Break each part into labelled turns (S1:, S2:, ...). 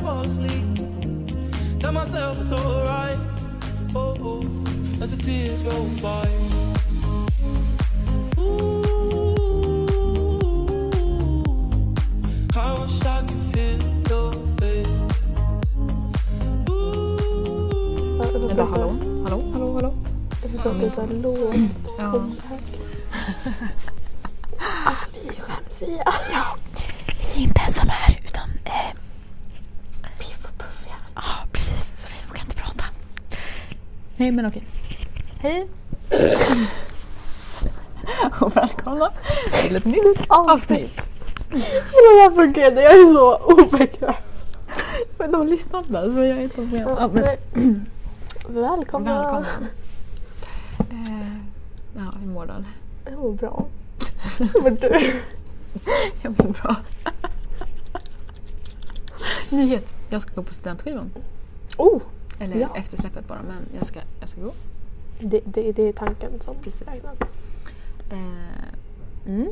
S1: fall asleep. Tell myself it's alright. Oh, oh, as the tears roll by. Ooh, I wish I could feel your face.
S2: Vänta, hallå? Hallå, hallå, hallå? Mm.
S3: Det är för att det är så här lågt
S2: Ja.
S3: tonläge. Alltså vi skäms, vi är
S2: Ah.
S3: Ja, vi är inte ensamma här utan...
S2: eh,
S3: vi är för puffiga.
S4: Ja, precis. Så vi vågar inte prata.
S2: Nej, men okej. Hej! Och välkomna till ett nytt avsnitt.
S3: Det där fungerade, jag är så obekväm.
S2: Men de lyssnar inte ens vad jag är på med. Ja, men
S3: Välkomna.
S2: välkomna. Eh, ja, hur mår du?
S3: Jag mår bra. Men du,
S2: Jag mår bra. Nyhet. Jag ska gå på studentskivan.
S3: oh,
S2: Eller
S3: Ja.
S2: eftersläppet bara, men jag ska, jag ska gå.
S3: det, det, det är tanken som
S2: Precis.
S3: räknas.
S2: Eh, mm.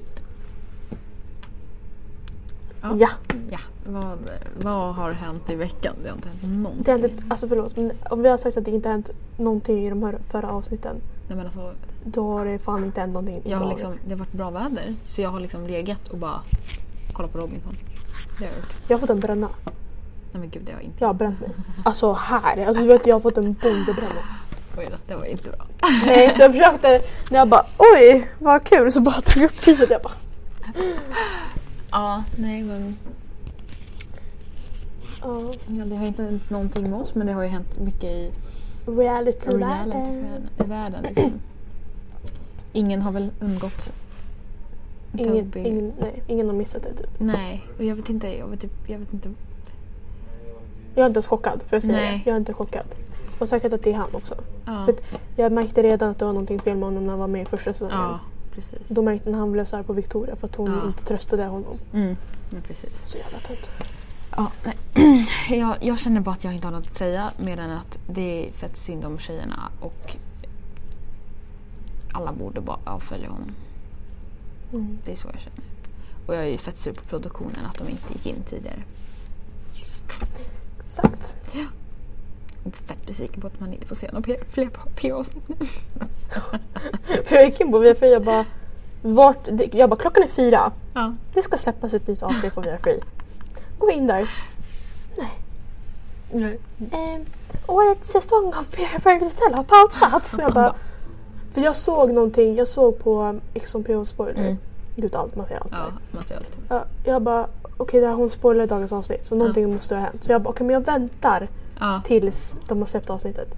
S2: Ja.
S3: Ja,
S2: Ja, vad, vad har hänt i veckan? Det har inte hänt någonting.
S3: det hände, alltså förlåt, men om vi har sagt att det inte har hänt någonting i de här förra avsnitten,
S2: Nej, men alltså,
S3: då har det fan inte hänt någonting. i
S2: jag har
S3: dagen.
S2: liksom, det har varit bra väder, så jag har liksom legat och bara kollat på Robinson. Det har jag gjort.
S3: Jag har fått en bränna.
S2: Nej men gud, det har jag inte
S3: Jag har bränt mig. Alltså här, alltså du vet jag har fått en bondebränna.
S2: Oj då, det var inte bra.
S3: Nej, så jag försökte, när jag bara oj vad kul så bara tog jag upp priset. Jag bara
S2: Ja, nej men...
S3: ja,
S2: Ja, det har inte hänt någonting med oss, men det har ju hänt mycket i
S3: reality-världen.
S2: reality-världen. i världen, Liksom. Ingen har väl undgått
S3: Ingen,
S2: Tubby.
S3: ingen, nej, ingen har missat det typ.
S2: Nej, och jag vet inte, jag vet, typ, jag vet inte.
S3: Jag är inte ens chockad för jag säger
S2: Nej.
S3: det. Jag är inte chockad. Och säkert att det är han också.
S2: Ja,
S3: För att- Jag märkte redan att det var någonting fel med honom när han var med i första säsongen.
S2: ja precis.
S3: Då märkte när han blev såhär på Victoria för att hon
S2: Ja.
S3: inte tröstade honom.
S2: Mm, men precis.
S3: Så jävla tönt.
S2: Ja, nej. jag, jag känner bara att jag inte har något att säga mer än att det är fett synd om tjejerna och alla borde bara avfölja honom.
S3: Mm.
S2: Det är så jag känner. Och jag är ju fett sur på produktionen att de inte gick in tidigare.
S3: Exakt.
S2: Och fett besviken på att man inte får se några pe- fler p-avsnitt nu.
S3: För jag gick in på Viafree jag bara vart, det- jag bara klockan är fyra.
S2: Ja.
S3: Det ska släppas ett nytt avsnitt på Viafree. Gå in där.
S2: Nej.
S3: Ehm, årets säsong av Bear Paradise Hotel har pausat. Så jag bara, för jag såg någonting, jag såg på Ex on PH spoiler.
S2: Mm.
S3: Gud, allt, man ser allt
S2: Ja,
S3: där.
S2: man ser allt.
S3: Ja, jag bara, okej det här hon spoilade dagens avsnitt så någonting måste ha hänt. Så jag bara, okej men jag väntar
S2: Ja.
S3: tills de har släppt avsnittet.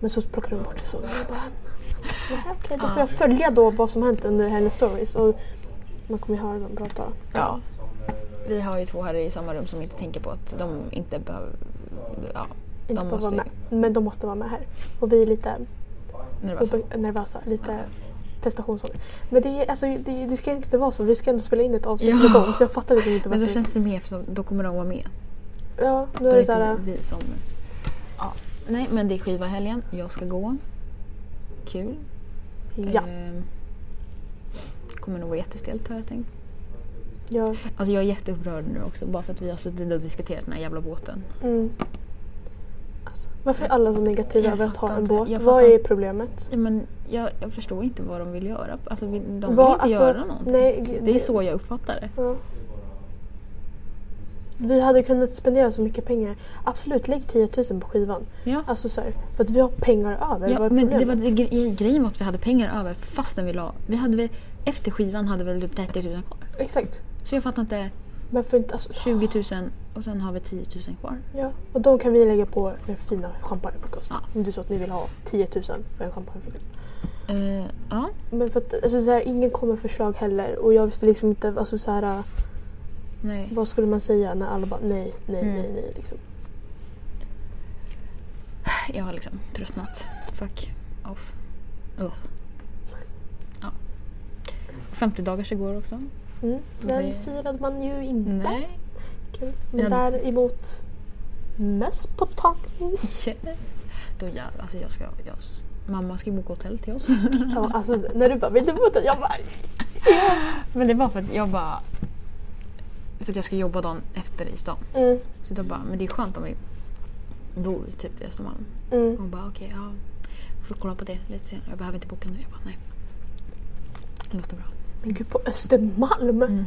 S3: Men så plockade de bort säsongen. Jag bara, "Jaha, okej då
S2: Ja.
S3: får jag följa då vad som hänt under hennes stories. Och man kommer ju höra dem prata.
S2: ja. Vi har ju två här i samma rum som inte tänker på att de inte behöver... Ja,
S3: Inte
S2: de
S3: bara vara
S2: måste ju...
S3: med. Men de måste vara med här. Och vi är lite
S2: Nervösa.
S3: obe- nervösa, lite prestationsångest. Men det, är, alltså, det, det ska inte vara så, vi ska ändå spela in ett avsnitt
S2: Ja.
S3: med dem så jag fattar liksom inte
S2: Men då
S3: varför.
S2: känns det mer som då kommer de vara med.
S3: Ja, nu
S2: Då
S3: är
S2: är
S3: det
S2: det
S3: så här,
S2: inte vi som... Ja. Nej, men det är skiva helgen. Jag ska gå. Kul.
S3: ja,
S2: Ehm, kommer nog vara jättestelt har jag tänkt.
S3: ja,
S2: Alltså jag är jätteupprörd nu också bara för att vi har suttit och diskuterat den här jävla båten.
S3: mm. Alltså, varför är alla så negativa
S2: Jag
S3: över att ha
S2: fattar
S3: en
S2: inte.
S3: båt?
S2: Jag
S3: Vad
S2: fattar
S3: är
S2: inte.
S3: problemet?
S2: Ja, men jag, jag förstår inte vad de vill göra. Alltså vi, de vill
S3: Vad-
S2: inte
S3: alltså,
S2: göra någonting.
S3: nej, g-
S2: det är
S3: det-
S2: så jag uppfattar det.
S3: Ja. Vi hade kunnat spendera så mycket pengar. Absolut, lägg 10 000 på skivan.
S2: Ja.
S3: Alltså så här, för att vi har pengar över.
S2: Ja,
S3: Vad är
S2: men det
S3: problemet?
S2: var det, gre- grejen var att vi hade pengar över fastän vi la... Vi hade väl, efter skivan hade vi typ 30 000 kvar.
S3: Exakt.
S2: Så jag fattar inte.
S3: Men för inte, alltså,
S2: 20 000 och sen har vi 10 000 kvar.
S3: Ja, och de kan vi lägga på den fina champagnefrukost.
S2: Ja.
S3: Om det är så att ni vill ha 10 000 för en champagnefrukost.
S2: Eh, ja.
S3: Men för att, alltså, så här, ingen kom med förslag heller och jag visste liksom inte, alltså, så här,
S2: Nej.
S3: vad skulle man säga när alla bara nej, nej,
S2: Mm.
S3: nej, nej. Liksom.
S2: Jag har liksom tröttnat. Fuck off. Ugh. Ja. 50 dagars igår också.
S3: Mm. Den
S2: Det-
S3: firade man ju inte.
S2: Nej.
S3: Kul. Men
S2: Ja.
S3: däremot möss på takning.
S2: Yes. Då jävlar. Alltså jag ska... Jag, s- mamma ska ju boka hotell till oss.
S3: Ja, alltså när du bara vill du bo där? Jag bara
S2: Men det var för att jag bara... För att jag ska jobba dagen efter i stan.
S3: Mm,
S2: Så då bara, men det är skönt om vi bor typ vid Östermalm.
S3: mm.
S2: Hon bara okej, ja. Får kolla på det lite senare. Jag behöver inte boka nu. Jag bara nej. Det låter bra.
S3: Men gud på Östermalm!
S2: Mm.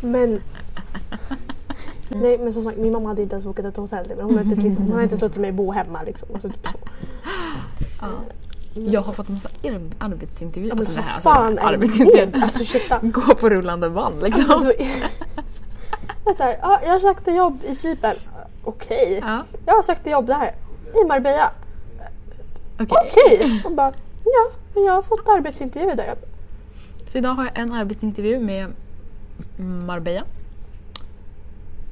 S3: Men... Nej men som sagt min mamma hade inte ens bokat ett hotell. Men hon hade inte ens, liksom, hon hade inte ens låtit mig bo hemma liksom. Alltså, typ så. Mm.
S2: Ja. Jag har fått massa ar- arbetsintervjuer.
S3: Ja, men
S2: alltså, det
S3: vad
S2: här,
S3: fan
S2: alltså,
S3: är
S2: arbetsintervjuer.
S3: det? Alltså ursäkta.
S2: Gå på rullande band liksom.
S3: Alltså, jag, är så här, ja, jag har sökt ett jobb i Cypern. Okej.
S2: ja,
S3: Jag har sökt ett jobb där. I Marbella.
S2: okej.
S3: Okej. Hon bara ja men jag har fått arbetsintervju där. Jag bara,
S2: Så idag har jag en arbetsintervju med Marbella.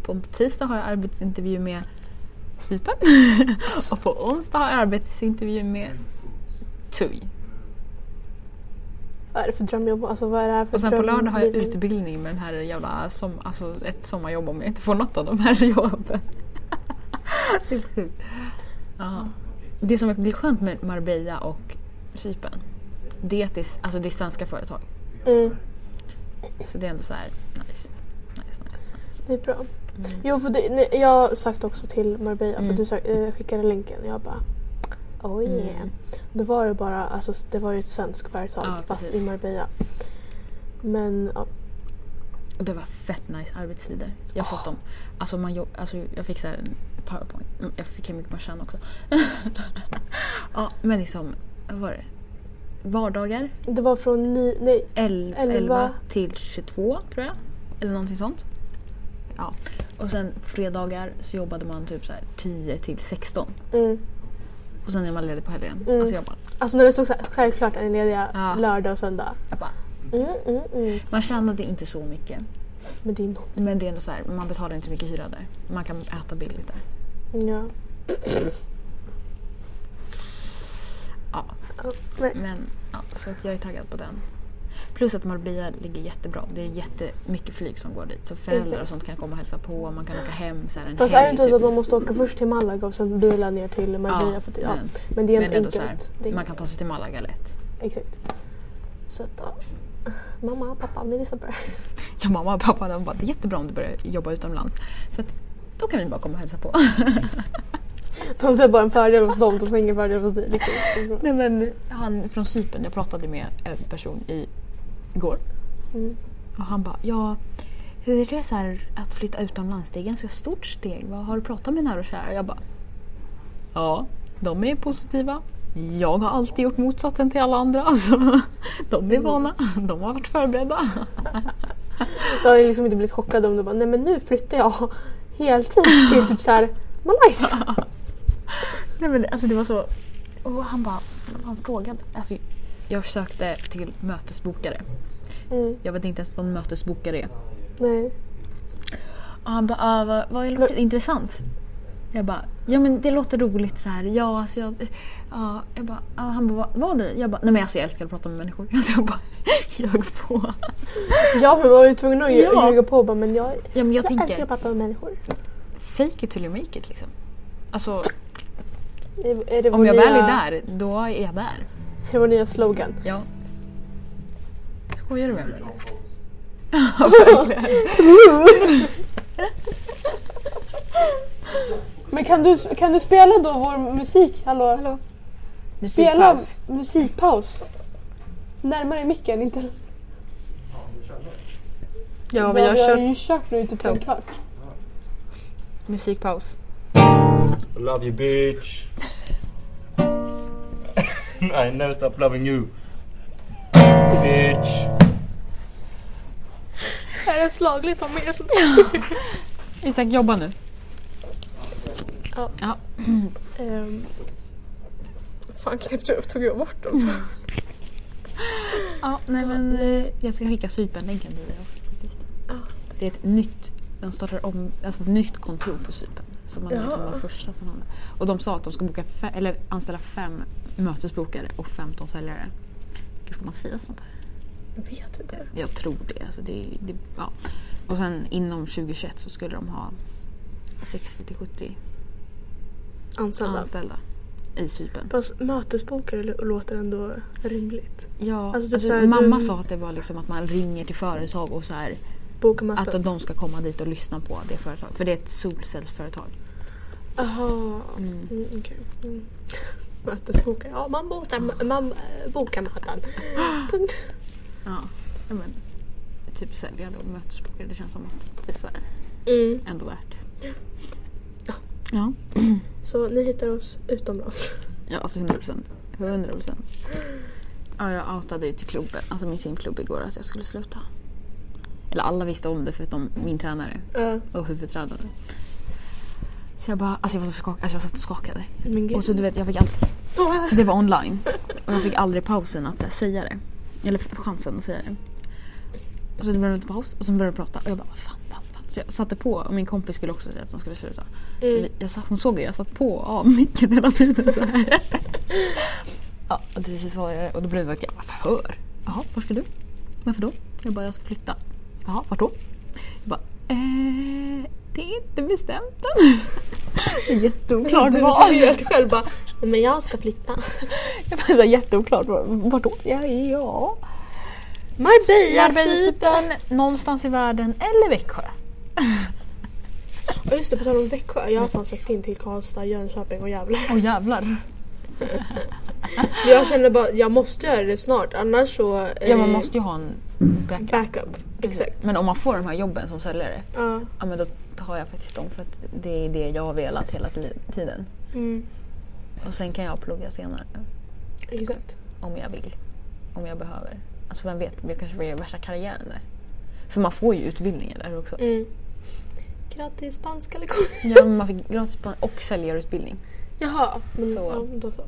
S2: På tisdag har jag arbetsintervju med Cypern. Och på onsdag har jag arbetsintervju med TUI.
S3: Vad är det för drömjobb? Alltså, vad är det här för
S2: Och sen på
S3: dröm- Mm.
S2: lördag har jag utbildning med den här jävla som, alltså ett sommarjobb om jag inte får något av de här jobben. Så helt sjukt. ja. Det som blir skönt med Marbella och Cypern, det är att det är, alltså det är svenska företag.
S3: Mm,
S2: Så det är ändå så här, nice. nice, nice.
S3: det är bra. Jo för det, nej, jag sökte också till Marbella för
S2: Mm.
S3: att du sök, eh, skickade länken. Jag bara oh yeah.
S2: Mm.
S3: Då var det bara, alltså det var ju ett svenskt företag
S2: Ja,
S3: fast
S2: precis.
S3: i Marbella. Men ja.
S2: Och det var fett nice arbetstider. Jag har fått dem. Alltså, man, jobb- alltså jag fick så här en powerpoint. Mm, Jag fick hur mycket man tjänade också. ja, men liksom, vad var det? Vardagar
S3: Det var från ni, nej,
S2: el- 11.
S3: Elva.
S2: till 22 tror jag. Eller någonting sånt. Ja. Och sen på fredagar så jobbade man typ så här 10 till 16.
S3: mm.
S2: Och sen är man ledig på helgen.
S3: Mm.
S2: Alltså jag bara,
S3: Alltså när det stod så här, självklart är ni lediga
S2: Ja.
S3: lördag och söndag.
S2: jag bara,
S3: Mm, mm, mm.
S2: man tjänade inte så mycket.
S3: Men det är nog.
S2: Men det är ändå så här, man betalar inte så mycket hyra där. Man kan äta billigt där.
S3: Ja.
S2: Ja.
S3: Ja, nej.
S2: Men ja, så att jag är taggad på den. Plus att Marbella ligger jättebra. Det är jättemycket flyg som går dit. Så föräldrar och
S3: Exakt.
S2: sånt kan komma och hälsa på. Man kan åka hem så här en
S3: Fast
S2: helg.
S3: är det inte så
S2: typ.
S3: att man måste åka först till Malaga och sen bila ner till Marbella?
S2: Ja,
S3: för att, ja.
S2: men-
S3: Men det är
S2: men
S3: en
S2: ändå så här,
S3: enkelt. Det är
S2: man kan ta sig till Malaga lätt.
S3: Exakt. Så att ja. Mamma, pappa, om ni lyssnar på det här.
S2: Ja, mamma och pappa de bara, det är jättebra om du börjar jobba utomlands. För att då kan vi bara komma och hälsa på.
S3: De ser bara en fördel hos dem, de ser ingen fördel hos dig. Liksom. Det är bra.
S2: Nej, men han från Cypern, jag pratade med en person i, igår.
S3: Mm.
S2: Och han bara, ja hur är det så här att flytta utomlands? Det är ett ganska stort steg. Vad har du pratat med nära och kära? Jag bara, ja de är positiva. Jag har alltid gjort motsatsen till alla andra. Alltså, de är vana, de har varit förberedda.
S3: Då har jag liksom inte blivit chockad om du bara, nej men nu flyttar jag heltid till typ såhär Malaysia.
S2: Nej men alltså det var så... Och han bara, han frågade. Alltså, jag sökte till mötesbokare.
S3: Mm,
S2: Jag vet inte ens vad en mötesbokare är.
S3: nej.
S2: Och han bara, ah, vad, vad låter intressant? Jag bara, ja men det låter roligt så här. Ja, alltså jag... Ja, jag bara, ah, han bara, vad var det? Jag bara, nej men alltså jag älskar att prata med människor. Alltså jag bara, jag på.
S3: Ja men var du tvungen att
S2: Ja.
S3: ja. ljuga på bara, men jag,
S2: Ja men jag,
S3: jag älskar
S2: tänker,
S3: att prata med människor.
S2: fake it till you make it liksom. Alltså
S3: Är- Är det vår
S2: om jag
S3: nya,
S2: väl är där, då är jag där.
S3: Är det vår nya slogan?
S2: Ja. Skojar du med mig eller?
S3: Men kan du, kan du spela då vår musik? Hallå? Hallå? Spela
S2: Musikpaus.
S3: musikpaus. Närmare micken, inte...
S2: Ja, vi har
S3: vi har
S2: kört
S3: ju kört nu i typ en kvart.
S2: musikpaus.
S5: I love you, bitch. I never stop loving you. Bitch.
S3: Är det slagligt att ha med sånt
S2: Isak, jobba nu.
S3: Ehm, fan knäppt jag tog jag bort
S2: Mm.
S3: dem?
S2: Ja, nej men eh, jag ska skicka Cypernlänken till dig också, faktiskt.
S3: Ja,
S2: Det är ett nytt, de startar om, alltså ett nytt kontor på Cypern. Som man är liksom
S3: Jaha.
S2: var första som hamnar. Och de sa att de ska boka fe, eller anställa fem mötesbokare och 15 säljare. Gud, får man säga sånt här?
S3: Jag vet inte.
S2: Jag tror det. Alltså det, det ja. Och sen inom 2021 så skulle de ha 60 till 70
S3: Anställda.
S2: anställda i Cypern.
S3: Fast mötesbokare lå- låter ändå rimligt.
S2: Ja,
S3: Alltså
S2: alltså
S3: typ såhär,
S2: mamma
S3: du-
S2: sa att det var liksom att man ringer till företag och så här
S3: Boka möten.
S2: Att de ska komma dit och lyssna på det företaget. För det är ett solcellsföretag.
S3: Jaha,
S2: Mm.
S3: mm, okej. Mm. Mötesboka. Ja, man
S2: Mm.
S3: bokar, man eh, bokar möten. Punkt.
S2: Ja. ja, men, typ säljare och mötesbokare. Det känns som att det är så här,
S3: Mm.
S2: ändå värt.
S3: Ja.
S2: Ja.
S3: Så ni hittar oss utomlands.
S2: Ja, alltså 100 procent. 100 procent. Ja, jag outade ju till klubben, alltså min simklubb igår att jag skulle sluta. Eller alla visste om det förutom min tränare
S3: Ja,
S2: och huvudtränare. Så jag bara, alltså jag var så skakad, alltså jag satt och skakade.
S3: men gud.
S2: Och så du vet, jag fick aldrig,
S3: Ah,
S2: det var online. Och jag fick aldrig pausen att så här, säga det. Eller chansen att säga det. Och så det blev en liten paus och sen började jag prata och jag bara, vad fan, fan, fan. Så jag satte på och min kompis skulle också säga att de skulle sluta. Så
S3: Mm.
S2: vi, jag, satt- hon såg ju, jag satt på och av micken hela tiden så här. ja, och till sist sa jag det och då blev det ett jävla förhör. Jaha, var ska du? Varför då? Jag bara, jag ska flytta. Jaha, vart då? Jag bara, eh, det är inte bestämt än. Jätteoklart
S3: du
S2: var.
S3: säger helt själv bara men jag ska flytta.
S2: Jag bara, så här, Alltså, jätteoklart var. Vart då? Ja, ja.
S3: Marbella, Cypern.
S2: Järnvägscypern, någonstans i världen eller Växjö.
S3: Ja, typ, Just det, på tal om Växjö. Jag har fan sökt in till Karlstad, Jönköping och Gävle.
S2: Åh jävlar.
S3: Jag känner bara jag måste göra det snart annars så är
S2: Ja, man
S3: det
S2: måste ju ha en backup.
S3: backup. Exakt.
S2: Men om man får de här jobben som säljare,
S3: Ja.
S2: ja men då tar jag faktiskt dem för att det är det jag har velat hela ti- tiden.
S3: Mm,
S2: Och sen kan jag plugga senare
S3: exakt.
S2: om jag vill. Om jag behöver. Alltså vem vet, jag kanske blir värsta karriären där. För man får ju utbildningar där också.
S3: Mm. Gratis spanska lektion.
S2: Ja, men man fick gratis på- och säljarutbildning.
S3: Jaha, men,
S2: Så.
S3: Mm, ja, då så.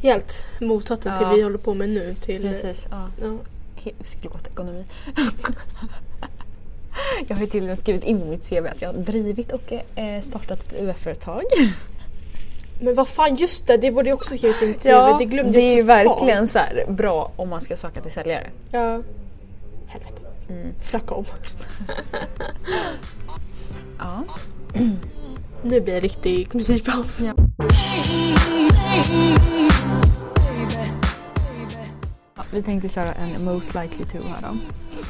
S3: Helt motsatsen till
S2: Ja.
S3: vi håller på med nu. Till,
S2: Precis, ja.
S3: Ja.
S2: He- Vi skulle gå till ekonomi. Jag har ju till och med skrivit in i mitt CV att jag har drivit och eh, startat ett UF-företag.
S3: Men vad fan, just det, det borde jag också skrivit in till. det glömde
S2: det är ju
S3: jag totalt.
S2: verkligen så här bra om man ska söka till säljare.
S3: Ja. Helvete.
S2: Mm.
S3: Snacka om.
S2: Ja.
S3: Nu blir det riktig musikpaus.
S2: Ja. Ja, vi tänkte köra en Most likely to här då.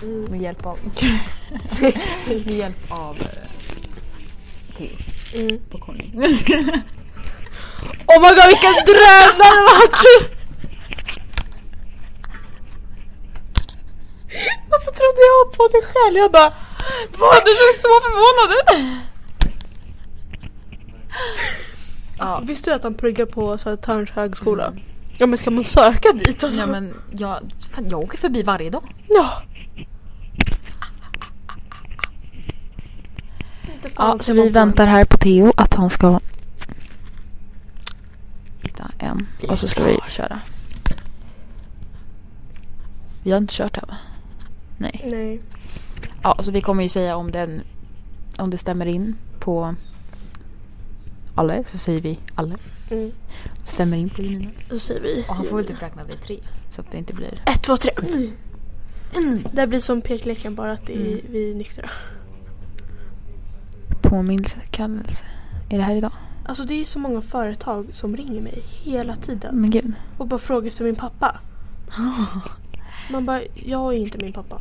S3: Mm.
S2: Med hjälp av... med hjälp av... eh, Theo
S3: Mm.
S2: på Conny.
S3: Oh my god vilken dröm det hade varit! Varför trodde jag på det själv? Jag bara
S2: Vad? Du såg så förvånad ut! Ja, Mm.
S3: Visste du att han pluggar på Södertörns högskola? Ja men ska man söka dit alltså?
S2: ja men jag, fan, jag åker förbi varje dag.
S3: Ja. Inte fan
S4: Ja,
S2: Alltså,
S3: ser
S4: så
S3: man
S4: vi
S3: på-
S4: väntar här på Theo att han ska hitta en och så ska vi köra. Vi har inte kört här va?
S3: Nej.
S4: Ja, så vi kommer ju säga om den om det stämmer in på Alle så säger vi Alle.
S3: Mm.
S4: Stämmer in på Elina.
S3: Då säger vi
S2: Och han får ju typ räkna till tre.
S4: Så att det inte blir
S3: ett, två, tre. Mm. Det blir som pekleken bara att det är,
S2: Mm.
S3: vi är nyktra.
S4: påminnelsekallelse. Är det här idag?
S3: Alltså det är så många företag som ringer mig hela tiden.
S4: Men gud.
S3: och bara frågar efter min pappa. Ah. Man bara, jag är inte min pappa.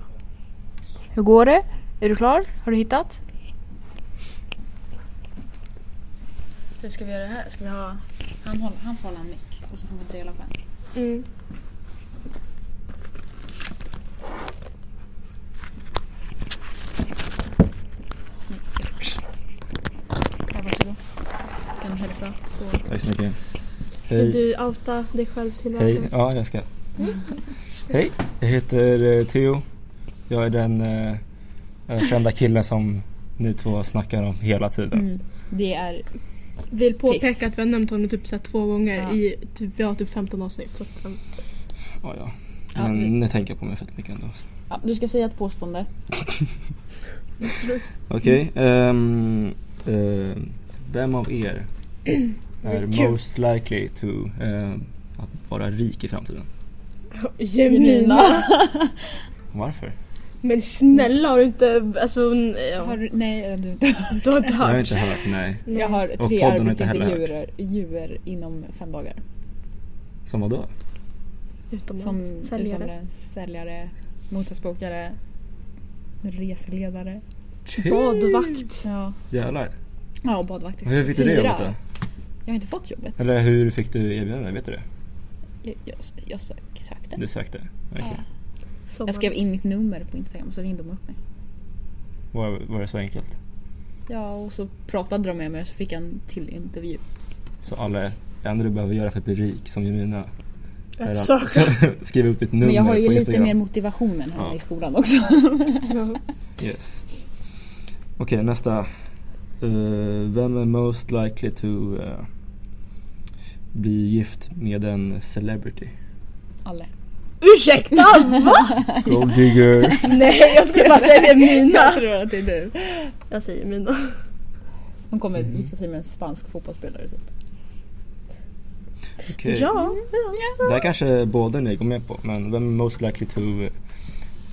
S4: Hur går det? Är du klar? Har du hittat?
S2: Hur ska vi göra det här? Ska vi ha... Han, håller, han får hålla en mick och så får vi dela på en.
S4: Mm.
S2: Här, varsågod. Kan du hälsa på...
S5: Tack så mycket.
S3: Vill
S5: Hej.
S3: du outa dig själv till
S5: Hej.
S3: världen?
S5: Ja, jag ska. Hej, jag heter eh, Theo. Jag är den eh, kända killen som ni två snackar om hela tiden.
S2: Mm.
S4: Mm.
S2: Det är...
S3: Vill påpeka att vi har nämnt honom typ så här två gånger
S2: Ja.
S3: i, typ, vi har typ 15 avsnitt. Så att, um,
S5: Ja, ja.
S2: Ja,
S5: Men
S2: vi-
S5: ni tänker på mig fett mycket ändå.
S2: Ja, du ska säga ett påstående.
S5: Okej. ehm, ehm, vem av er är
S3: Kul.
S5: most likely to ehm, att vara rik i framtiden?
S3: Gemina!
S5: Varför?
S3: Men snälla har du inte, alltså ja.
S2: Har du, nej, du inte.
S3: du har inte
S5: Jag har
S3: hört?
S5: inte hört, nej.
S2: Jag har
S5: Och
S2: tre
S5: podden har inte heller
S2: arbetsintervjuer djur inom fem dagar.
S5: Som vadå?
S3: Utomlands.
S2: Som
S3: Säljare.
S2: säljare, säljare motståndsbokare, reseledare. Typ
S6: Badvakt.
S2: Ja,
S5: Jävlar.
S2: ja badvakt. är
S5: Hur fick du det
S2: fyra.
S5: jobbet då?
S2: Jag har inte fått jobbet.
S5: Eller hur fick du erbjudandet? Vet du det?
S2: Jag, jag, jag sök, sökte.
S5: Du sökte? Okej.
S2: Ja. Jag skrev in mitt nummer på Instagram och så ringde de upp mig.
S5: Var, var det så enkelt?
S2: Ja, och så pratade de med mig och så fick jag en till intervju.
S5: Så alla, det enda du behöver göra för att bli rik som Jemina är
S6: Att
S5: att
S6: söka.
S5: skriva upp ditt nummer
S2: Men jag har ju
S5: på
S2: lite
S5: Instagram.
S2: mer motivation än henne
S5: Ja.
S2: i skolan också.
S5: Yes. Okej, nästa. Eh, vem är most likely to eh, bli gift med en celebrity?
S2: Alla.
S6: Ursäkta!
S5: Gold digger.
S6: Nej jag skulle bara säga
S2: Jag
S6: mina.
S2: tror att det är du.
S6: Jag säger mina.
S2: Hon kommer
S5: Mhm.
S2: gifta sig med en spansk fotbollsspelare typ.
S5: Okej.
S6: Ja.
S5: Det här kanske båda ni går med på, men vem är most likely to eh,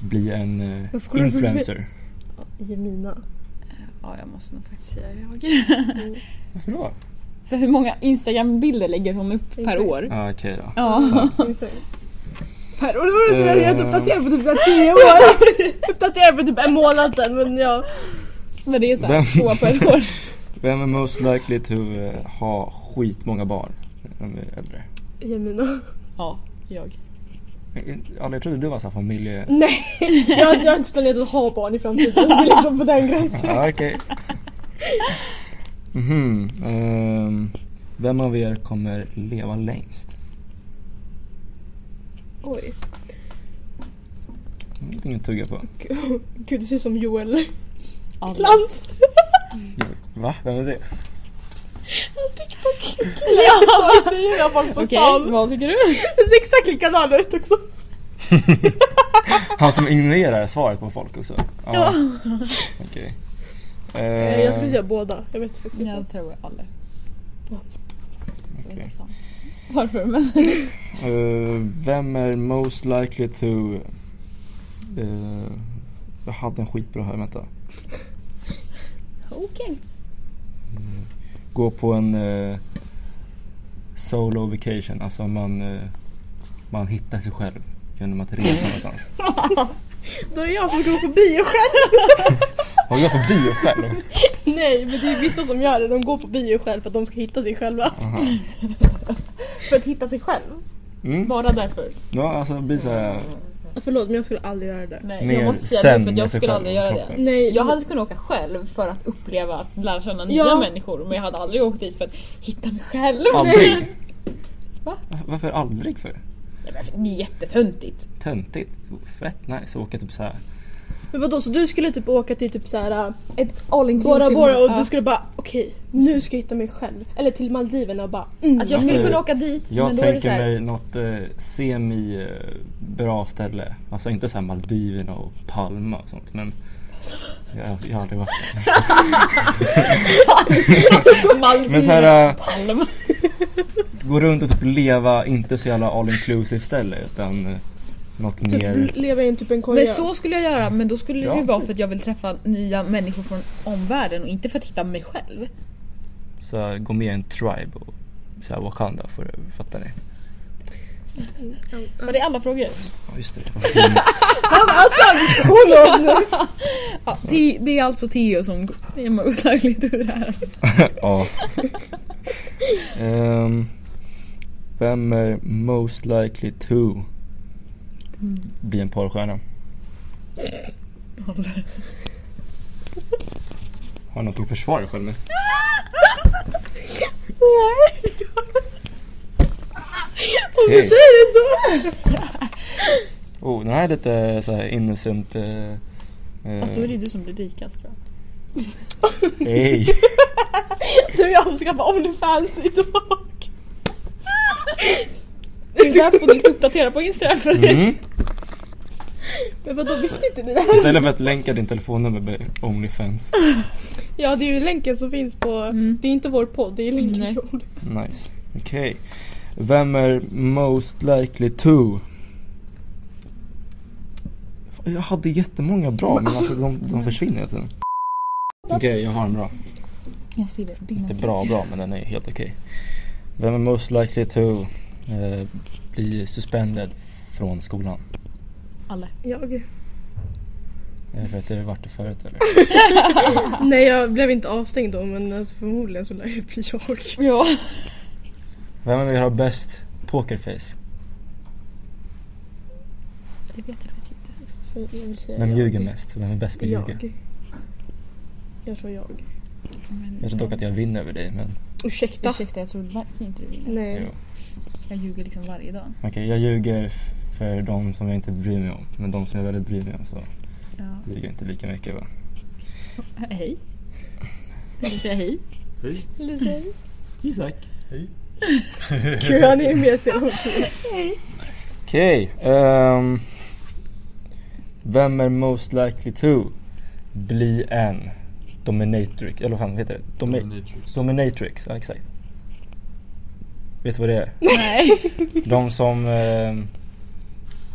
S5: bli en eh,
S6: Varför kollar du på mig?
S5: influencer?
S6: Jemina.
S2: Ja, jag måste nog faktiskt säga jag.
S5: Varför då?
S2: För hur många Instagram-bilder lägger hon upp per
S6: Exakt.
S2: år?
S5: Ah, Okej då.
S2: Ja.
S6: Exakt. Per, och det var det jag inte
S5: Eh.
S6: uppdaterade på typ så här tio år. uppdaterade på typ en månad sedan men ja.
S2: Men det är såhär
S5: Vem-
S2: två per år.
S5: Vem är most likely to eh, ha skitmånga barn när de är äldre?
S6: Jemina.
S2: Ja, jag.
S5: Alla, Eh, jag trodde du var så här familje...
S6: Nej, jag, jag har inte planerat att ha barn i framtiden. Det är liksom på den gränsen.
S5: Ja, okej. Mhm, ehm, vem av er kommer leva längst?
S6: Oj.
S5: Det är ingenting att tugga på.
S6: Gud, det ser ut som Joel
S2: Alla.
S6: Glans.
S5: Va? Vem är det?
S6: Ja! Det gör folk på
S2: Okej,
S6: stan.
S2: vad tycker du?
S6: Det ser exakt likadan ut också.
S5: Han som ignorerar svaret på folk också? Ja. Okej. Eh,
S6: Jag skulle säga båda. Jag vet faktiskt inte.
S2: Jag tror alla. Jag vet
S5: okej.
S2: inte fan. Varför men?
S5: Eh, vem är most likely to... eh, jag hade en skitbra här, vänta.
S2: Okej.
S5: Eh, Gå på en eh, solo vacation, alltså man, eh, man hittar sig själv genom att resa någonstans.
S6: Då är det jag som ska gå på bio själv.
S5: Har jag på bio själv?
S6: Nej, men det är vissa som gör det. De går på bio själv för att de ska hitta sig själva.
S5: Aha.
S6: För att hitta sig själv?
S5: Mm.
S2: Bara därför?
S5: Ja, alltså bli såhär
S6: Förlåt, men jag skulle aldrig göra det.
S2: Nej,
S5: Mer
S2: jag måste säga
S5: zen
S2: det för att
S5: med
S2: jag
S5: sig
S2: skulle
S5: själv
S2: aldrig
S5: i
S2: göra
S5: kroppen.
S2: det.
S6: Nej,
S2: Jag hade kunnat åka själv för att uppleva att lära känna nya
S6: Ja.
S2: människor men jag hade aldrig åkt dit för att hitta mig själv.
S5: aldrig.
S2: Va?
S5: Varför aldrig för?
S2: Nej, men Det är jättetöntigt.
S5: Töntigt. Fett nice att åka typ såhär.
S6: Men vadå, så du skulle typ åka till typ såhär
S2: Ett all
S6: Bora
S2: inclusive.
S6: Bora och du
S2: Ja.
S6: skulle bara okej, nu ska jag hitta mig själv. Eller till Maldiverna och bara mm.
S2: Alltså jag skulle
S5: Alltså,
S2: kunna åka dit
S5: Jag
S2: men då är det
S5: tänker
S2: såhär,
S5: mig något eh, semi-bra ställe. Alltså inte såhär Maldiverna och Palma och sånt men jag, jag har aldrig varit där. Men
S2: Maldiverna.
S5: såhär,
S2: Palma.
S5: gå runt och typ leva, inte så jävla all inclusive ställe utan eh, något
S6: typ
S5: mer.
S6: leva i en typ en koja.
S2: Men så skulle jag göra, men då skulle det
S5: Ja.
S2: ju vara för att jag vill träffa nya människor från omvärlden och inte för att hitta mig själv.
S5: Så här, gå med i en tribe och såhär Wakanda forever, fattar ni?
S2: Var det alla frågor?
S5: Ja just det.
S2: Ja, Te- det är alltså Theo som är most likely to do det här. alltså.
S5: ja. Ehm, vem är most likely to bli en porrstjärna? Har du något att försvara dig själv med? Okej.
S6: Säger det så?
S5: Oh, den här är lite så här innocent... eh, eh,
S2: Fast då är det ju du som blir rikast tror jag.
S5: Nej!
S6: Det är jag som ska vara Onlyfans idag.
S2: Det är därför du uppdatera på Instagram. För
S5: Mm.
S6: Men vadå, visste inte ni det här?
S5: Istället för att länka din telefonnummer med Onlyfans.
S6: Ja, det är ju länken som finns på...
S2: Mm.
S6: Det är inte vår podd, det är länken
S2: Nej.
S6: till Onlyfans.
S5: Nice. Okej. Vem är most likely to? Fan, Jag hade jättemånga bra men alltså, de, de försvinner hela tiden. Okej, jag har en bra.
S2: Jag skriver
S5: Inte bra bra men den är helt okej. Vem är most likely to eh, bli suspended från skolan?
S2: Alla.
S6: Jag.
S5: Jag Eh, vet du vart det förut eller?
S6: Nej jag blev inte avstängd då men alltså, förmodligen så lär det bli jag.
S4: Ja.
S5: Vem vill ha bäst pokerface?
S4: Det vet jag faktiskt inte.
S6: Jag vill säga
S5: Vem
S6: jag.
S5: ljuger mest? Vem är bäst på att ljuga?
S6: Jag. Jag tror jag.
S4: Men,
S5: Jag tror dock att jag vinner över dig men
S6: Ursäkta.
S4: Ursäkta, jag tror verkligen inte du vinner.
S6: Nej.
S5: jo.
S4: Jag ljuger liksom varje dag.
S5: Okej, jag ljuger f- för de som jag inte bryr mig om. Men de som jag väldigt bryr mig om så
S4: Ja.
S5: ljuger jag inte lika mycket va?
S4: Hej. Vill du säga hej?
S5: Hej.
S4: Vill du säga
S5: Isak. Hej.
S6: Gud han är med sig.
S5: Okej. ehm, vem är most likely to bli en dominatrix? Eller vad fan heter det? Domi- dominatrix. ja exakt. Vet du vad det är?
S4: Nej.
S5: De som... ehm,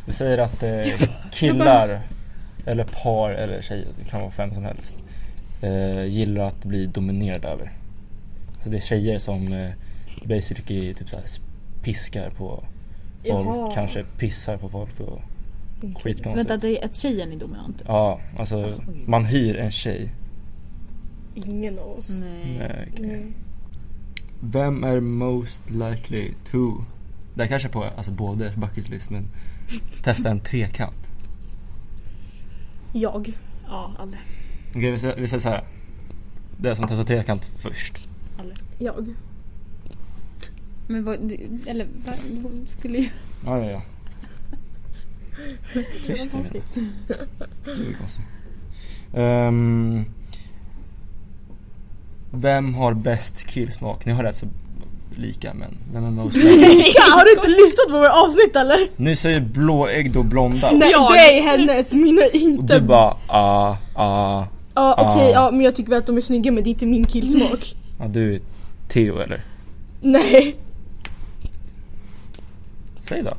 S5: vi säger att eh, killar eller par eller tjejer, det kan vara fem som helst, eh, gillar att bli dominerade över. Så det är tjejer som eh, basically typ så här piskar på folk,
S6: Jaha.
S5: kanske pissar på folk och skitkonstigt.
S4: Vänta, det är att tjejen är dominant?
S5: Ja, alltså man hyr en tjej.
S6: Ingen av oss.
S4: Nej.
S5: Eh,
S6: Nej.
S5: Vem är most likely to? Det här kanske är på alltså, både bucket list men testa en trekant.
S6: Jag. Ja, Alle.
S5: Okej, vi säger, vi säger så här. Det som testar trekant först.
S6: Jag.
S4: Men vad, du, eller vad, hon skulle ju...
S5: Ja, ja, ja. Tyst är det. Det är konstigt. Ehm, vem har bäst killsmak? Ni har rätt så lika men vem är most
S6: har du inte lyssnat på våra avsnitt eller?
S5: Ni säger blåögd och blonda.
S6: Nej,
S2: Jag.
S6: det är hennes, mina är
S5: Och
S6: inte.
S5: du bara ah, ah.
S6: Ja okej,
S5: Ah.
S6: ja, men jag tycker väl att de är snygga men det är inte min killsmak.
S5: Ja, du är Theo eller?
S6: Nej.
S5: Säg då.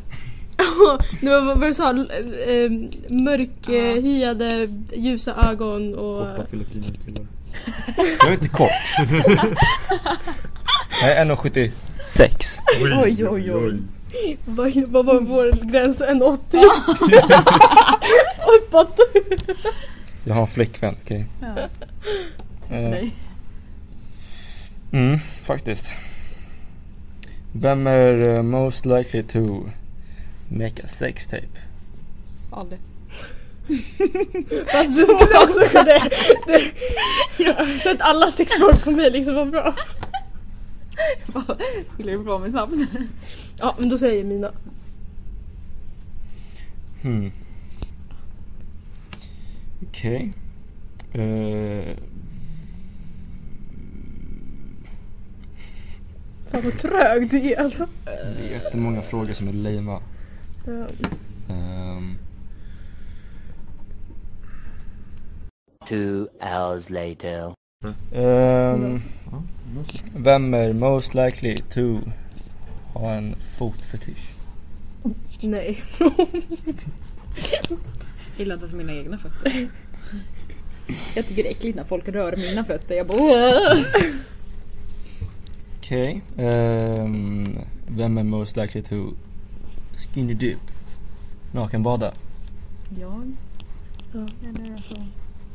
S6: Det var vad vad du sa, l- eh, mörkhyade, ljusa ögon och... eh,
S7: Filippinerkillar.
S5: Jag är inte kort. Jag är 1,76.
S6: Oj, oj, oj. Vad, vad var vår gräns? En 80? Uppåt.
S5: Jag har en flickvän, okej.
S4: Ja.
S5: Eh,
S4: Nej.
S5: Mm, faktiskt. Vem är eh, most likely to make a sex tape?
S4: Aldrig.
S6: Fast du skulle också kunna det. det. Jag har sett alla sexfolk på mig liksom, vad bra.
S4: Skyller ifrån mig snabbt.
S6: Ja men då säger jag mina.
S5: Hmm. Okej. Eh,
S6: Fan vad trög du är alltså.
S5: det är jättemånga frågor som är lame.
S6: Ja.
S5: Ehm,
S8: Two hours later.
S5: ehm, vem är most likely to ha en fotfetisch?
S6: Nej.
S4: Gillar inte ens mina egna fötter. Jag tycker det är äckligt när folk rör mina fötter. Jag bara... "Åh!"
S5: Okej. Ehm, vem är most likely to skinny dip? Nakenbada?
S4: Jag?
S6: Ja.
S4: Eller alltså...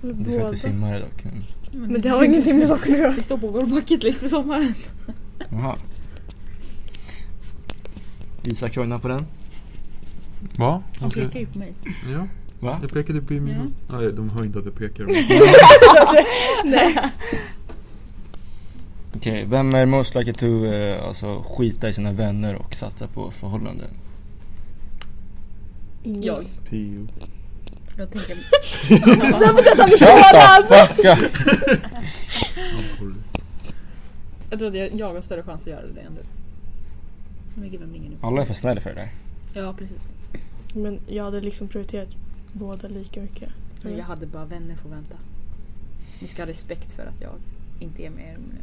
S5: Det är för att
S6: Båda.
S5: du simmar dock. men-
S6: Men det har ingenting med saken att göra.
S4: Det står på vår bucket list för sommaren.
S5: Jaha. Isak joinar på den.
S7: Va?
S4: Han
S7: Okej.
S4: pekar ju på mig.
S7: Ja,
S5: Va?
S7: jag pekade på mina... Nej, de hör inte att jag pekar.
S5: Okej, vem är most likely to eh, alltså, skita i sina vänner och satsa på förhållanden?
S4: Jag.
S7: Theo.
S4: Jag tänker...
S5: Shut
S4: alltså.
S5: the fuck up!
S7: Ja, sorry.
S4: Jag tror att jag, jag har större chans att göra det än du. Men gud vem ringer nu?
S5: Alla är för snälla för det där.
S4: Ja precis.
S6: Men jag hade liksom prioriterat båda lika mycket.
S4: Men jag hade bara vänner får vänta. Ni ska ha respekt för att jag inte är med er nu.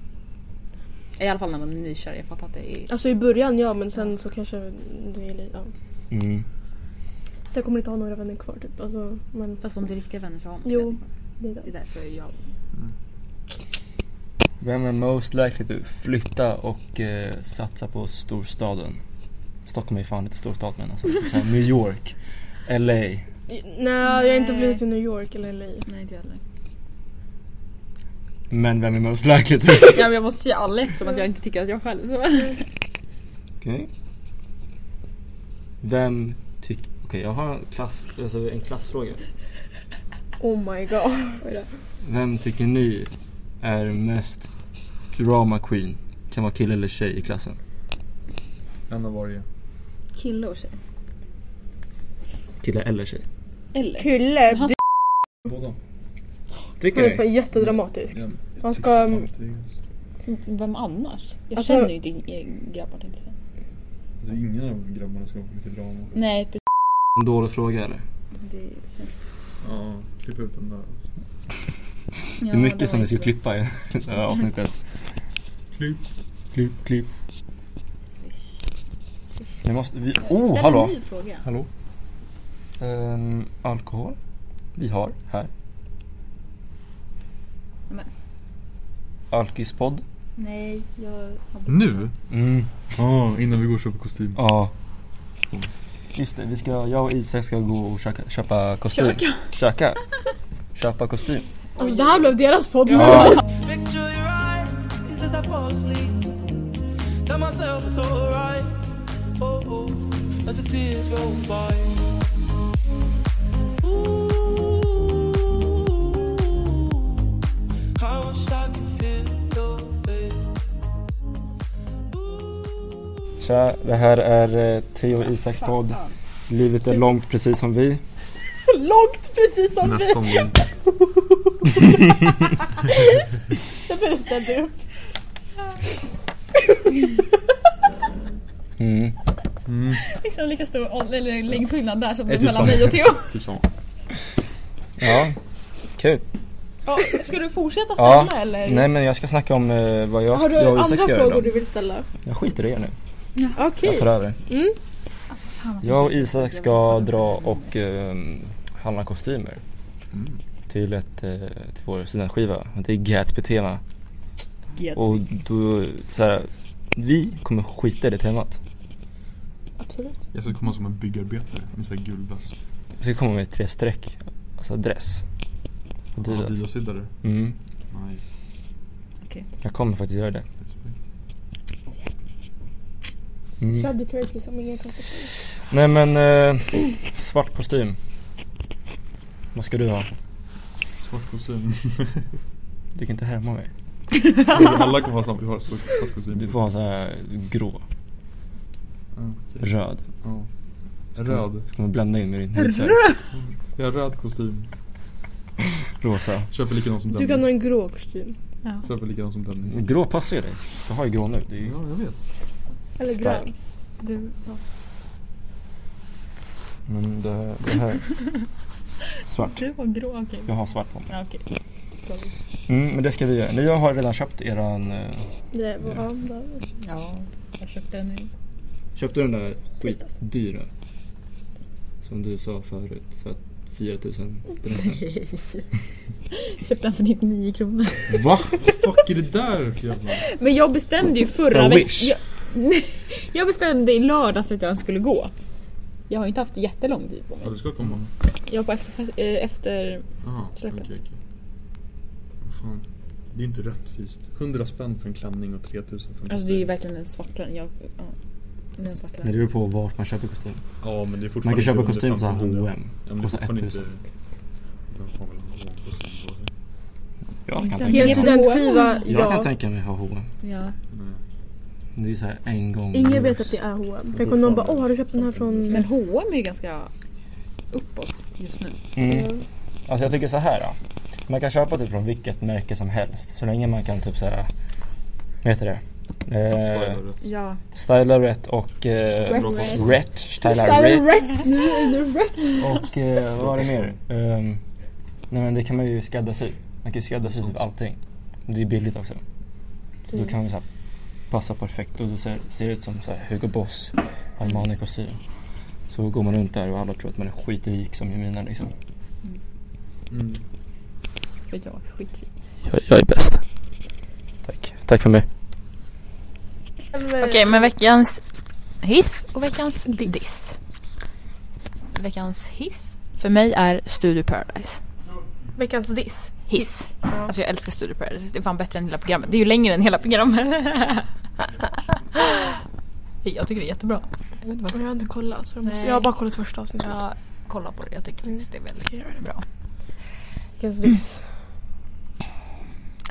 S4: I alla fall när man är nykär. Jag fattar att det är...
S6: Alltså i början ja men sen så kanske det är lite... Ja.
S5: Mm.
S6: Sen kommer du inte ha några vänner kvar typ. Alltså, men
S4: Fast om det är riktiga vänner så har man
S6: Jo.
S4: vänner.
S6: det är
S4: Det är
S6: det.
S4: därför jag...
S5: Vem är most likely to flytta och eh, satsa på storstaden? Stockholm är ju fan inte storstad men alltså så här New York, LA,
S6: Nej, jag har inte
S2: Nej.
S6: blivit till New York eller LA.
S2: Nej inte jag heller.
S5: Men vem är most likely to?
S2: Ja, men jag måste säga alla eftersom att jag inte tycker att jag själv så.
S5: Okej. Vem tycker... Okej, jag har en, klass, alltså en klassfråga.
S6: Oh my god.
S5: Vem tycker ni är mest drama queen? Kan vara kille eller tjej i klassen.
S7: En av varje.
S2: Kille och tjej.
S5: Kille eller tjej.
S2: Eller?
S6: Kille,
S2: Men han-
S6: du
S7: Båda.
S5: Tycker
S6: är för
S5: ni?
S6: jättedramatisk.
S7: Jag
S6: Han
S7: tycker
S6: ska-
S7: fan att det är- Alltså
S2: Vem annars? Jag
S6: Alltså-
S2: känner ju inte ing- grabbar tänkte jag säga.
S7: Alltså, ingen av grabbarna ska åka till drama.
S2: Nej precis.
S5: En dålig fråga eller?
S2: Det känns...
S7: Ja, klipp ut den där. alltså.
S5: det är mycket som vi ska klippa i det här avsnittet.
S7: Klipp.
S5: Klipp, klipp. Nu måste vi...
S2: Ställ
S5: Oh,
S2: en
S5: hallå!
S2: ny fråga.
S5: Hallå? Ehm, alkohol? Vi har här.
S2: Men.
S5: Alkispodd.
S2: Nej, jag har...
S7: Nu?
S5: Mm.
S7: Ja, innan vi går och köper kostym.
S5: Ja. Mm. Just det, vi ska, jag och Isak ska gå och köka, köpa kostym. Köka. Köpa kostym.
S6: Alltså det här blev deras podd.
S1: Picture your eyes as I fall asleep. Tell myself it's alright. Oh, oh, as the tears roll by. Ooh, I wish I could feel your face.
S5: Tja, det här är eh, Theo och Isaks podd. Livet är långt precis som vi.
S6: Långt precis som vi.
S7: Nästan gång.
S6: Jag började ställa upp.
S5: Mm.
S7: Mm.
S2: Liksom lika stor ålder eller längdskillnad där som
S5: Det är
S2: det
S5: typ
S2: mellan
S5: samma.
S2: mig och Theo.
S7: Typ samma.
S5: Ja, kul.
S6: Ja, ska du fortsätta
S5: Ja.
S6: ställa eller?
S5: Nej men jag ska snacka om eh, vad jag,
S6: Har du
S5: jag och
S6: andra
S5: Isak ska
S6: frågor
S5: göra
S6: du
S5: idag.
S6: vill ställa?
S5: Jag skiter i er nu.
S6: Okej. Mm.
S5: Jag tar över.
S2: Alltså, fan, vad
S5: Jag och
S2: tänkte
S5: Isak ska dra och ehm, handla kostymer till, ett, eh, till vår studentskiva. Det är Gatsby-tema. Och då, så här, vi kommer skita i det temat.
S6: Absolut.
S7: Jag ska komma som en byggarbetare med såhär gul väst.
S5: Vi ska komma med tre streck, alltså dress. Adidas.
S7: Adidas-sidare.
S5: Mm,
S7: Nice.
S5: jag kommer faktiskt göra det.
S7: Respekt.
S5: Mm.
S6: Kör du Tracy som ingen konstigt.
S5: Nej men, eh, svart kostym. Vad ska du ha?
S7: Svart kostym.
S5: Du kan inte härma mig.
S7: Alla kommer ha samma. Vi har svart svart kostym.
S5: Du får ha så här grå,
S7: Ja, okej.
S5: röd.
S7: Ja. Röd.
S5: Du kommer blanda in med din hudfärg.
S7: Jag har röd kostym.
S5: Rosa.
S7: Köper likadan som
S6: Du kan ha
S7: Dennis.
S6: en grå kostym.
S7: Köper likadan som Dennis.
S5: Grå passar ju dig. Jag har ju grå nu. Det är ju...
S7: Ja, jag vet.
S6: Eller
S5: Stark.
S6: grön.
S2: Du, ja.
S5: Men det, det här... Svart.
S2: du var grå, okej.
S5: Jag har svart på mig.
S2: Ja, okej.
S5: Mm, men det ska vi göra. Ni har redan köpt eran... eh,
S6: Det var ja. där.
S2: Ja, jag köpte den nu.
S5: Köpte den där
S6: Tisdags.
S5: skitdyra? Som du sa förut. Så att 4000
S2: köpte den för 99 kronor.
S5: Va?
S7: Vad fuck är det där för jävla...
S2: Men jag bestämde ju
S5: Så
S2: förra veck-
S5: wish.
S2: Jag, Nej, jag bestämde i lördags att jag ens skulle gå. Jag har inte haft jättelång tid på
S7: Ja,
S2: mig.
S7: du ska komma.
S2: Jag var efter, eh, efter...
S7: Jaha, okej,
S2: Släppet.
S7: okej. Vad Fan. Det är inte rättvist. 100 spänn för en klänning och 3000 för en
S2: Alltså det är ju
S7: kostym.
S2: verkligen en svart klänning. Jag, ja, det är en svart
S5: Det
S2: klänning.
S5: beror på vart man köper kostym.
S7: Ja, men det är fortfarande
S5: Man kan köpa
S7: inte
S5: kostym på så
S7: under
S5: här
S7: 1500.
S5: H&M.
S7: Ja, men det är
S5: Kostar
S7: fortfarande inte...
S5: 1000.
S7: Vem fan vill ha en H&M-kostym på sig?
S5: Ja, jag kan
S2: Kan
S5: tänka
S6: Till
S5: mig.
S6: en
S2: jag-
S5: ha-
S6: studentskiva,
S5: Jag kan
S6: ja.
S5: tänka mig ha H&M.
S2: Ja.
S7: Nej.
S5: Det är ju såhär en gång.
S6: Ingen vet att det är H&M. Tänk om någon bara åh har du köpt den här från...
S2: Men H&M är ju ganska uppåt just nu.
S5: Mm. Alltså jag tycker så här då. Man kan köpa typ från vilket märke som helst. Så länge man kan typ såhär... Vad heter det? Eh,
S7: Stylar rätt.
S2: Ja.
S5: styla rätt och... Eh,
S7: Bra kostym.
S5: rätt. Styla
S6: Stylar
S5: rätt.
S6: rätt nu, är det rätt?
S5: Och eh, vad var det mer? Ehm, nej men det kan man ju skräddarsy. Man kan ju skräddarsy typ allting. Det är billigt också. Så
S6: Mm.
S5: då kan man så här passa perfekt och då ser, ser det ut som så här Hugo Boss Armani-kostym. Så går man runt där och alla tror att man är skitrik som Jemina liksom.
S7: Mm.
S2: För jag är skitrik.
S5: Jag, jag är bäst. Tack. Tack för mig.
S2: Okej, men veckans hiss och veckans diss. Veckans hiss För mig är Studio Paradise
S3: Veckans diss.
S2: hiss. Alltså jag älskar Studio Paradise. Det är fan bättre än hela programmet. Det är ju längre än hela programmet. jag tycker det är jättebra. Jag vet inte varför.
S3: Jag har inte kollat. Så jag, måste,
S2: Nej.
S3: jag har bara kollat första avsnittet.
S2: Jag kollar på det. Jag tycker faktiskt det är väldigt bra.
S3: Mm. Veckans diss.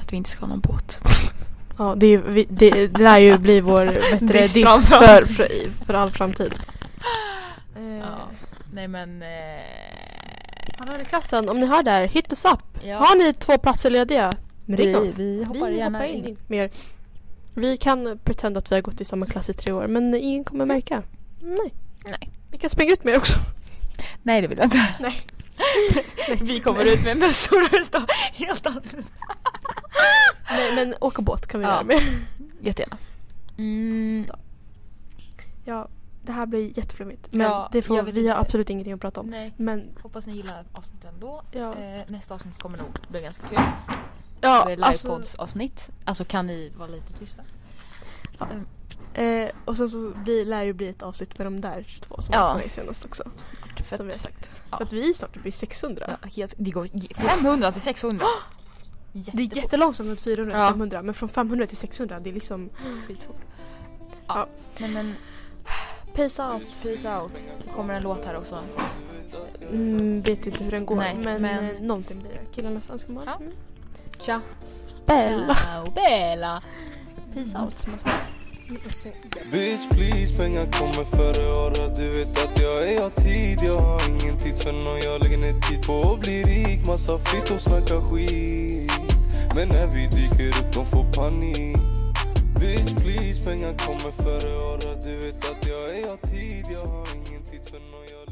S2: Att vi inte ska ha någon båt.
S3: Ja, det, är, vi, det, det lär ju bli vår bättre
S2: Diss
S3: diss för,
S2: framför.
S3: för, i- för all framtid. Eh,
S2: Ja. Nej men... Eh...
S3: Alla i klassen, om ni hör det här, hit us up!
S2: Ja.
S3: Har ni två platser lediga? Ring
S2: vi,
S3: oss.
S2: vi hoppar gärna in.
S3: mer. Vi kan pretenda att vi har gått i samma klass i tre år men ingen kommer märka. Nej.
S2: Nej.
S3: Vi kan springa ut med er också.
S2: Nej det vill jag inte. Nej. vi kommer ut med mössor och det står helt annorlunda.
S3: Nej men åka båt kan vi
S2: Ja.
S3: göra mer.
S2: Jättegärna. Mm.
S3: Sådär. Ja, det här blir jätteflummigt. Men
S2: Ja,
S3: det får,
S2: jag vet
S3: vi har
S2: inte.
S3: absolut ingenting att prata om.
S2: Nej.
S3: Men
S2: Hoppas ni gillar avsnittet ändå.
S3: ja,
S2: Eh, nästa avsnitt kommer nog bli ganska kul.
S3: ja
S2: det är
S3: alltså,
S2: livepods-avsnitt. Alltså kan ni vara lite tysta?
S3: eh, och sen så blir, lär ju bli ett avsnitt med de där två som
S2: Ja.
S3: var med senast också.
S2: För
S3: som vi har
S2: att,
S3: sagt.
S2: ja.
S3: För att vi snart blir 600.
S2: ja, helt, det går 500 till 600.
S3: Det är jättelångsamt runt 400 till
S2: Ja.
S3: 500 men från 500 till 600 det är liksom
S2: Skitfort.
S3: Ja.
S2: Ja. Nej men
S3: Peace out.
S2: peace out. Det kommer en låt här också.
S3: Mm, vet inte hur den går
S2: Nej,
S3: men,
S2: men-
S3: eh, någonting blir det. Killarnas önskemål.
S2: Ja.
S3: Mm.
S2: Tja.
S3: Bella. Mm.
S2: Ciao, Bella.
S3: Peace out. som att- Mm,
S1: Bitch please, pengar kommer före öra Du vet att jag är av tid Jag har ingen tid för någon Jag lägger ner tid på att bli rik Massa fritt och snacka skit Men när vi dyker upp de får panik Bitch please, pengar kommer före öra Du vet att jag är av tid Jag har ingen tid för någon jag